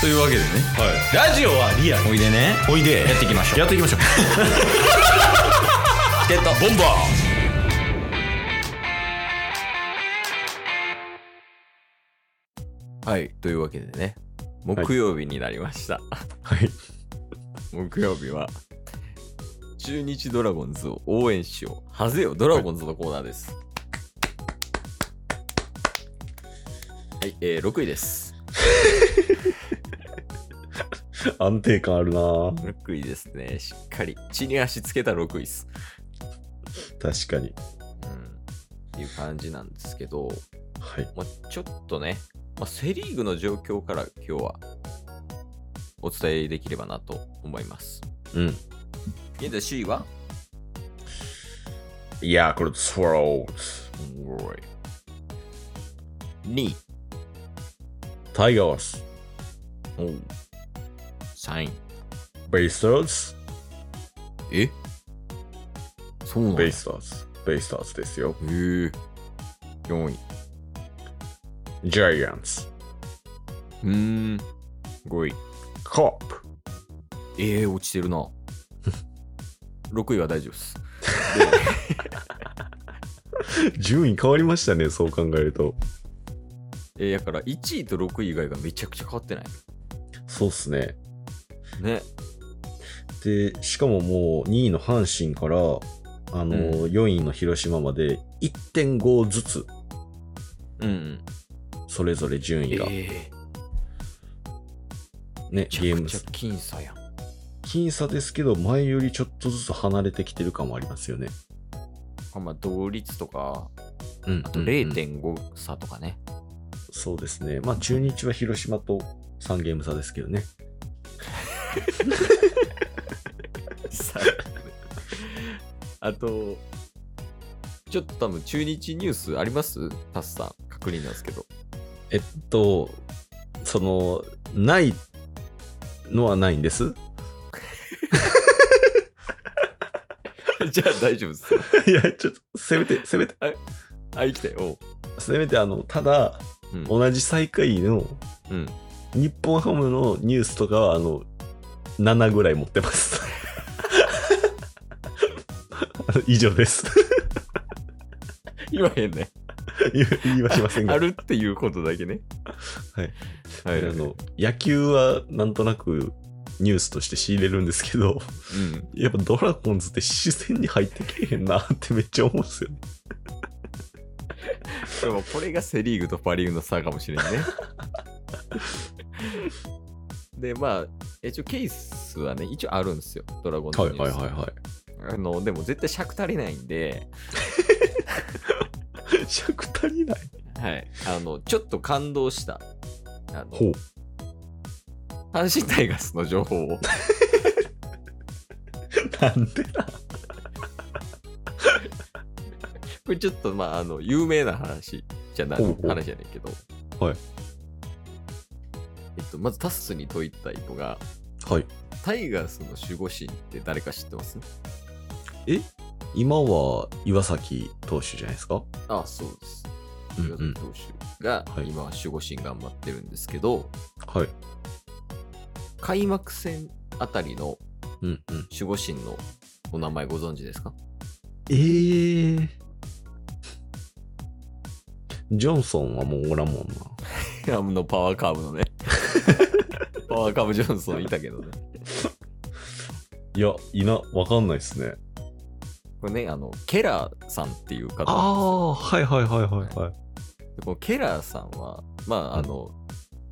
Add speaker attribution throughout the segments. Speaker 1: というわけでね
Speaker 2: ラジオはリアル
Speaker 1: おいでね
Speaker 2: おいで
Speaker 1: やっていきましょう
Speaker 2: やっていきましょう
Speaker 1: チケットボンバーはいというわけでね木曜日になりました、
Speaker 2: はい
Speaker 1: 木曜日は中日ドラゴンズを応援しようハゼよドラゴンズのコーナーですはい、えー、6位です
Speaker 2: 安定感あるなぁ
Speaker 1: 6位ですねしっかり地に足つけた6位です
Speaker 2: 確かに
Speaker 1: うんっていう感じなんですけど、
Speaker 2: はい
Speaker 1: まあ、ちょっとね、まあ、セ・リーグの状況から今日はお伝えできればなと思います。
Speaker 2: うん
Speaker 1: 現在首位はい
Speaker 2: やーこれスワローズ
Speaker 1: 2位、
Speaker 2: タイガース
Speaker 1: 3位。
Speaker 2: ベイスターズ
Speaker 1: えそうなんだ
Speaker 2: ベ
Speaker 1: へ
Speaker 2: イスターズベイスターズですよ
Speaker 1: えー、4位。
Speaker 2: ジャイアンツ
Speaker 1: うーん。5位。
Speaker 2: コップ
Speaker 1: ええー、落ちてる な。6位は大丈夫です。
Speaker 2: 順位変わりましたねそう考えると
Speaker 1: えー、だから1位と6位以外がめちゃくちゃ変わってない。
Speaker 2: そうっすね
Speaker 1: ね。
Speaker 2: でしかももう2位の阪神からあのー、4位の広島まで1.5ずつ
Speaker 1: うん、うん。
Speaker 2: それぞれ順位が、
Speaker 1: え
Speaker 2: ね
Speaker 1: え
Speaker 2: ゲーム
Speaker 1: めちゃくちゃ僅差やん。
Speaker 2: 僅差ですけど前よりちょっとずつ離れてきてる感もありますよね
Speaker 1: あまあ、同率とか、
Speaker 2: うん
Speaker 1: あと
Speaker 2: うんうん
Speaker 1: 0.5差とかね。
Speaker 2: そうですねまあ中日は広島と3ゲーム差ですけどね
Speaker 1: さあと、ちょっと多分中日ニュースありますタスさん、確認なんですけ ど。
Speaker 2: えっとそのないのはないんです
Speaker 1: じゃあ大丈夫です。
Speaker 2: いや、ちょっと、せめて、せめて、
Speaker 1: あ、生きたよ。
Speaker 2: せめて、あの、ただ、
Speaker 1: うん
Speaker 2: 同じ最下位の、
Speaker 1: うん
Speaker 2: 日本ハムのニュースとかは、あの、7ぐらい持ってます。 あの以上です。
Speaker 1: 言わへんね。
Speaker 2: 言言いはしませんが。
Speaker 1: あるっていうことだけね。
Speaker 2: はい。
Speaker 1: はい。
Speaker 2: あの、野球は、なんとなく、ニュースとして仕入れるんですけど、
Speaker 1: うん。
Speaker 2: やっぱドラゴンズって視線に入ってけえへんなってめっちゃ思うんですよね。
Speaker 1: でもこれがセ・リーグとパ・リーグの差かもし れんね。で、まあ、一応ケースはね、一応あるんですよ。ドラゴンズニュース。
Speaker 2: は
Speaker 1: あの、でも絶対尺足りないんで、
Speaker 2: い。尺足りない。
Speaker 1: はい。あの、ちょっと感動した。あの、
Speaker 2: ほう。
Speaker 1: 阪神タイガースの情報を。
Speaker 2: なんでな。
Speaker 1: これちょっと、まあ、あの、有名な話じゃない、
Speaker 2: ほうほう
Speaker 1: 話じゃないけど。
Speaker 2: はい。
Speaker 1: えっと、まずタッスに問いたいのが、
Speaker 2: はい。
Speaker 1: タイガースの守護神って誰か知ってます
Speaker 2: 今は岩崎投手じゃないですか。
Speaker 1: あそうです。
Speaker 2: うんう
Speaker 1: 岩崎
Speaker 2: ん
Speaker 1: 投手が
Speaker 2: はい
Speaker 1: 今は守護神頑張ってるんですけど、
Speaker 2: はい。
Speaker 1: 開幕戦あたりの
Speaker 2: うんうん。
Speaker 1: 守護神のお名前ご存知ですか
Speaker 2: えー。ジョンソンはもうおらんもんな。
Speaker 1: あのパワーカーブのね。 パワーカーブジョンソンいたけどね。
Speaker 2: いや、いな、わかんないですね。
Speaker 1: これね、あの、ケラーさんっていう方なん
Speaker 2: あ
Speaker 1: で
Speaker 2: あ、はいはいはいはいはい。
Speaker 1: すよ。このケラーさんは、まあ、あの、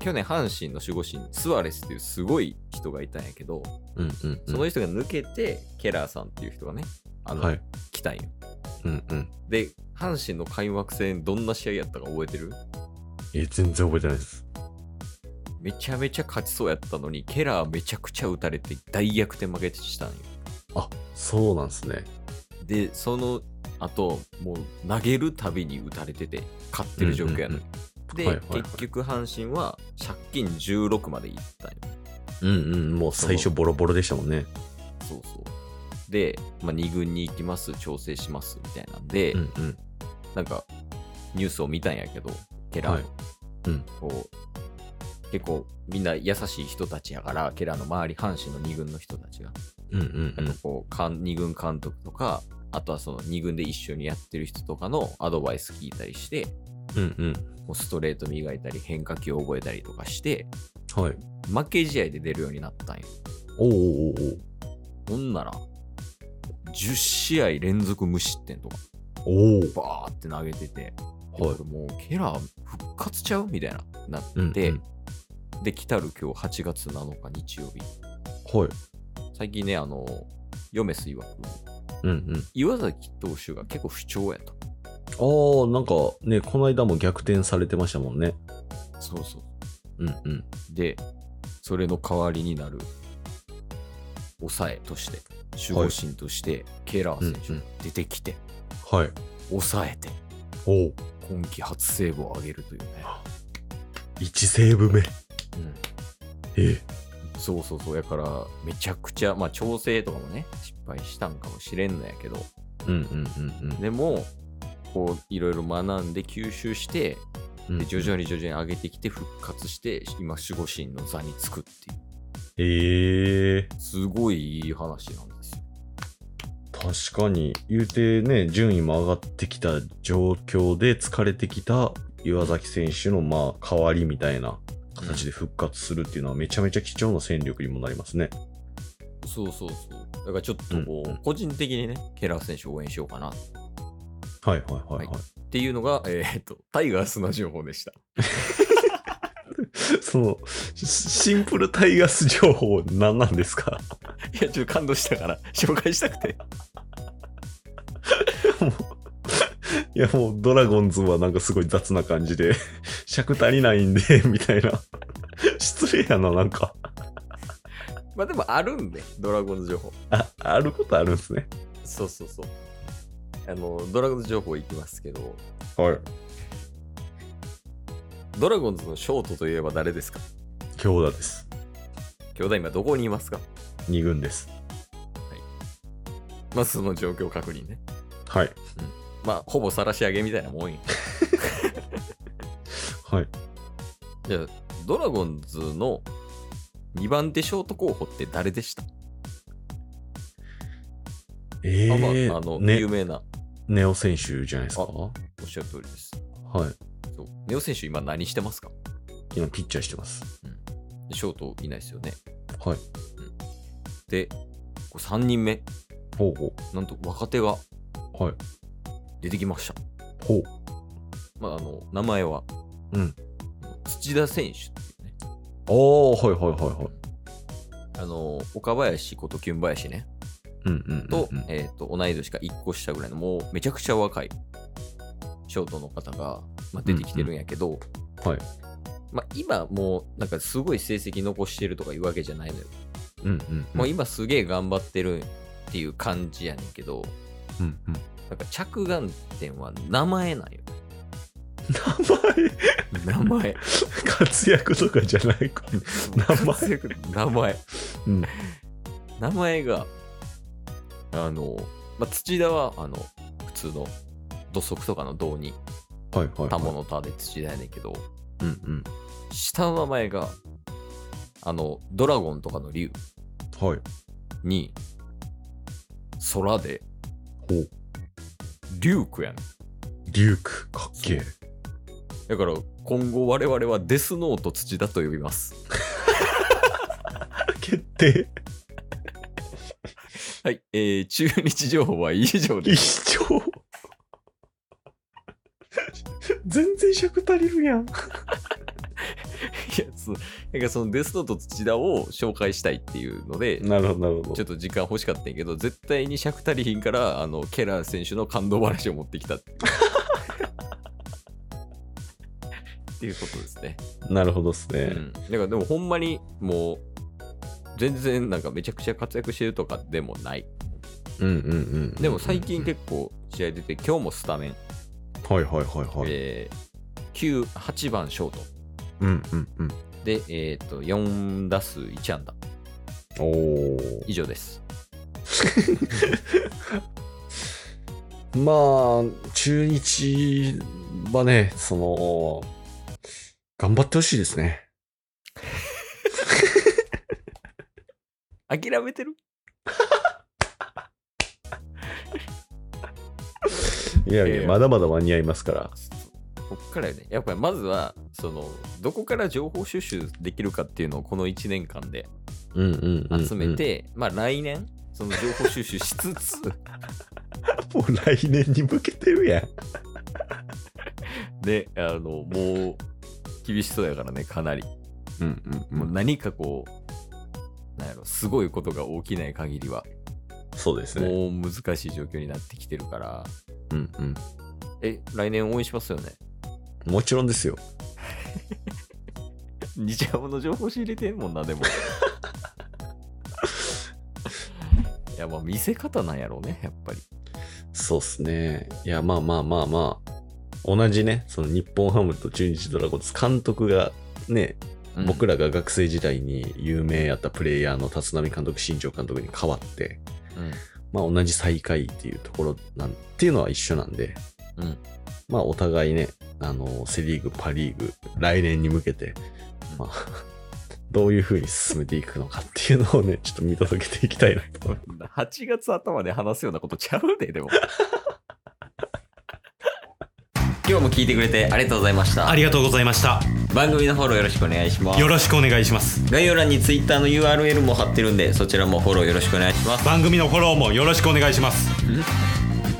Speaker 1: 去年阪神の守護神、スアレスっていうすごい人がいたんやけど、
Speaker 2: うんうん、
Speaker 1: その人が抜けて、ケラーさんっていう人がね、あの、
Speaker 2: はい。
Speaker 1: 来たんよ。
Speaker 2: うんうん。
Speaker 1: で、阪神の開幕戦、どんな試合やったか覚えてる
Speaker 2: え、全然覚えてないです。
Speaker 1: めちゃめちゃ勝ちそうやったのに、ケラーめちゃくちゃ打たれて大逆転負けしたんよ。
Speaker 2: あ、そうなんですね。
Speaker 1: で、その後、もう投げるたびに打たれてて、勝ってる状況やのに。で、
Speaker 2: はいはいはい
Speaker 1: 結局阪神は借金16までいったんよ。
Speaker 2: うんうん、もう最初ボロボロでしたもんね。
Speaker 1: そうそう。で、まあ、2軍に行きます、調整しますみたいなんで、
Speaker 2: うんうん。
Speaker 1: なんかニュースを見たんやけど、ケラー、
Speaker 2: はい。うん
Speaker 1: こう結構みんな優しい人たちやから、ケラーの周り、阪神の2軍の人たちが、
Speaker 2: うんうんうん。
Speaker 1: こう、2軍監督とか、あとはその2軍で一緒にやってる人とかのアドバイス聞いたりして、
Speaker 2: うん
Speaker 1: もうストレート磨いたり、変化球を覚えたりとかして、
Speaker 2: うん。はい。
Speaker 1: 負け試合で出るようになったんよ。
Speaker 2: おうおう
Speaker 1: ほんなら、10試合連続無失点とか、
Speaker 2: おうおう。
Speaker 1: バーって投げてて、
Speaker 2: おう。はい
Speaker 1: これ。もうケラー復活ちゃうみたいな、なって、
Speaker 2: うんうん
Speaker 1: で、来たる今日8月7日日曜日。
Speaker 2: はい。
Speaker 1: 最近ね、あの、ヨメス曰く、
Speaker 2: うんうん。
Speaker 1: 岩崎投手が結構不調やと。
Speaker 2: ああ、なんかね、この間も逆転されてましたもんね。
Speaker 1: そうそう。
Speaker 2: うんうん。
Speaker 1: で、それの代わりになる、抑えとして、守護神として、ケラー
Speaker 2: うんう
Speaker 1: 選
Speaker 2: ん
Speaker 1: 手出てきて、
Speaker 2: はい。
Speaker 1: 抑えて、
Speaker 2: おう。
Speaker 1: 今季初セーブを挙げるというね。
Speaker 2: 1セーブ目。
Speaker 1: うん
Speaker 2: え
Speaker 1: そうそうそう、やから、めちゃくちゃ、まあ、調整とかもね、失敗したんかもしれんのやけど、
Speaker 2: うんうんうんうん。
Speaker 1: でも、こう、いろいろ学んで吸収して、
Speaker 2: うん
Speaker 1: で徐々に徐々に上げてきて、復活して、今、守護神の座につくっていう、
Speaker 2: ええ
Speaker 1: すごいいい話なんですよ。
Speaker 2: 確かに。言うてね、順位も上がってきた状況で疲れてきた岩崎選手のまあ代わりみたいな形で復活するっていうのはめちゃめちゃ貴重な戦力にもなりますね。
Speaker 1: そうそうそう。だからちょっとこう、
Speaker 2: うんうん
Speaker 1: 個人的にね、ケラー選手を応援しようかなっ
Speaker 2: はいはいはいはい。
Speaker 1: はていうのが、 えーっと、タイガースの情報でした。
Speaker 2: そのシシンプルタイガース情報何なんですか
Speaker 1: いや、ちょっと感動したから、 紹介したくて。
Speaker 2: いやもうドラゴンズはなんかすごい雑な感じで 尺足りないんで みたいな失礼やななんか
Speaker 1: まあでも、あるんで、ドラゴンズ情報。
Speaker 2: ああることあるんですね
Speaker 1: そうそうそう。あの、ドラゴンズ情報いきますけど、
Speaker 2: はい
Speaker 1: ドラゴンズのショートといえば誰ですか
Speaker 2: 強打です
Speaker 1: 兄弟今どこにいますか
Speaker 2: 2軍です
Speaker 1: まずその状況確認ね。
Speaker 2: はい
Speaker 1: まあ、ほぼ晒し上げみたいなもんよ。
Speaker 2: はい
Speaker 1: じゃあ、ドラゴンズの2番手ショート候補って誰でした、
Speaker 2: え
Speaker 1: あまあ、
Speaker 2: ー、
Speaker 1: あの、
Speaker 2: ね
Speaker 1: 有名な、
Speaker 2: ネオ選手じゃないですか
Speaker 1: あ
Speaker 2: は
Speaker 1: おっしゃる通りです。
Speaker 2: い
Speaker 1: そうネオ選手今何してますか
Speaker 2: 今ピッチャーしてます
Speaker 1: ショートいないですよね。
Speaker 2: はい
Speaker 1: で、こう3人目、
Speaker 2: ほうほ
Speaker 1: なんと若手が
Speaker 2: うはい
Speaker 1: 出てきました。
Speaker 2: ほう
Speaker 1: まあ、あの、名前は、
Speaker 2: うん
Speaker 1: 土田選手っていうね。
Speaker 2: ああはいはいはいはい
Speaker 1: あの、岡林ことキュン林ね。
Speaker 2: うんうんうんうん
Speaker 1: と、えっ、と、同い年か1個下ぐらいの、もうめちゃくちゃ若い、ショートの方が、まあ、出てきてるんやけど、
Speaker 2: はい
Speaker 1: まあ、今もう、なんかすごい成績残してるとかいうわけじゃないのよ。
Speaker 2: うんうん
Speaker 1: もう今すげえ頑張ってるっていう感じやねんけど、
Speaker 2: うんうん
Speaker 1: なんか着眼点は名前なんよ。
Speaker 2: 名前
Speaker 1: 名前。
Speaker 2: 活躍とかじゃないか。名前
Speaker 1: 前 名前。
Speaker 2: うん。
Speaker 1: 名前が、あの、まあ、土田は、あの、普通の土足とかの銅に、
Speaker 2: はいはい、はい。
Speaker 1: 田物田で土田やねんけど、
Speaker 2: うんうん。
Speaker 1: 下の名前が、あの、ドラゴンとかの竜
Speaker 2: はい。
Speaker 1: に、空で、
Speaker 2: ほう。
Speaker 1: リュークやねん。
Speaker 2: リューク、かっけえ。
Speaker 1: だから、今後我々はデスノート土田と呼びます。
Speaker 2: 決定。
Speaker 1: はい、えー、中日情報は以上です。
Speaker 2: 一生。全然尺足りるやん。
Speaker 1: いやそうなんかそのデスノート土田を紹介したいっていうので、
Speaker 2: なるほど、なるほ
Speaker 1: ちょ
Speaker 2: ど
Speaker 1: っ。と時間欲しかったんやけど、絶対に尺足りひんから、あの、ケラー選手の感動話を持ってきた っていう。っていうことですね。
Speaker 2: なるほどっす
Speaker 1: う
Speaker 2: ね。
Speaker 1: ん。だからでもほんまにもう、全然なんかめちゃくちゃ活躍してるとかでもない。
Speaker 2: うんうんうん。
Speaker 1: でも最近結構試合出て、今日もスタメン、
Speaker 2: 構。はいはいはいはい。
Speaker 1: えー、9、8番ショート。
Speaker 2: うんうんうん。
Speaker 1: で、えっ、と、4打数1安打。
Speaker 2: お
Speaker 1: 以上です。
Speaker 2: お。まあ、中日はね、その、頑張ってほしいですね。
Speaker 1: 諦めてる
Speaker 2: いや
Speaker 1: いや
Speaker 2: い
Speaker 1: い
Speaker 2: や、
Speaker 1: や
Speaker 2: まだまだ間に合いますから。
Speaker 1: こっからよね。やっぱりまずは、その、どこから情報収集できるかっていうのをこの1年間で
Speaker 2: うんうんうんうん
Speaker 1: 集め。て、まあ来年、その情報収集しつ つ、
Speaker 2: もう来年に向けてるやん。
Speaker 1: で、あの、もう、厳しそうやからね、かなり。
Speaker 2: うん
Speaker 1: もう何かこう、なんやろ、すごいことが起きない限りは、
Speaker 2: そうですね。
Speaker 1: もう難しい状況になってきてるから、
Speaker 2: うんうん。
Speaker 1: え、来年応援しますよね。
Speaker 2: もちろんですよ。
Speaker 1: 日ハムの情報仕入れてんもんな、 でも。いや、まあ見せ方なんやろうね、やっぱり。
Speaker 2: そうっすね。いや、まあまあまあまあ。同じね、その日本ハムと中日ドラゴンズ監督がね、僕
Speaker 1: ら、
Speaker 2: らが学生時代に有名やったプレイヤーの立浪監督、新庄監督に変わって、まあ同じ最下位っていうところなんっていうのは一緒なんで、
Speaker 1: うん
Speaker 2: まあお互いね、あの、セリーグ、パリーグ、来年に向けて、まあ、 どういう風に進めていくのかっていうのをね、ちょっと見届けていきたいなと思います
Speaker 1: うん、8月頭で話すようなことちゃうで、でも。 今日も聞いてくれてありがとうございました。
Speaker 3: ありがとうございました。
Speaker 1: 番組のフォローよろしくお願いします
Speaker 3: よ。ろしくお願いします。
Speaker 1: 概要欄に Twitter の URL も貼ってるんで、そちらもフォローよろしくお願いします。
Speaker 3: 番組のフォローもよろしくお願いします。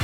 Speaker 3: す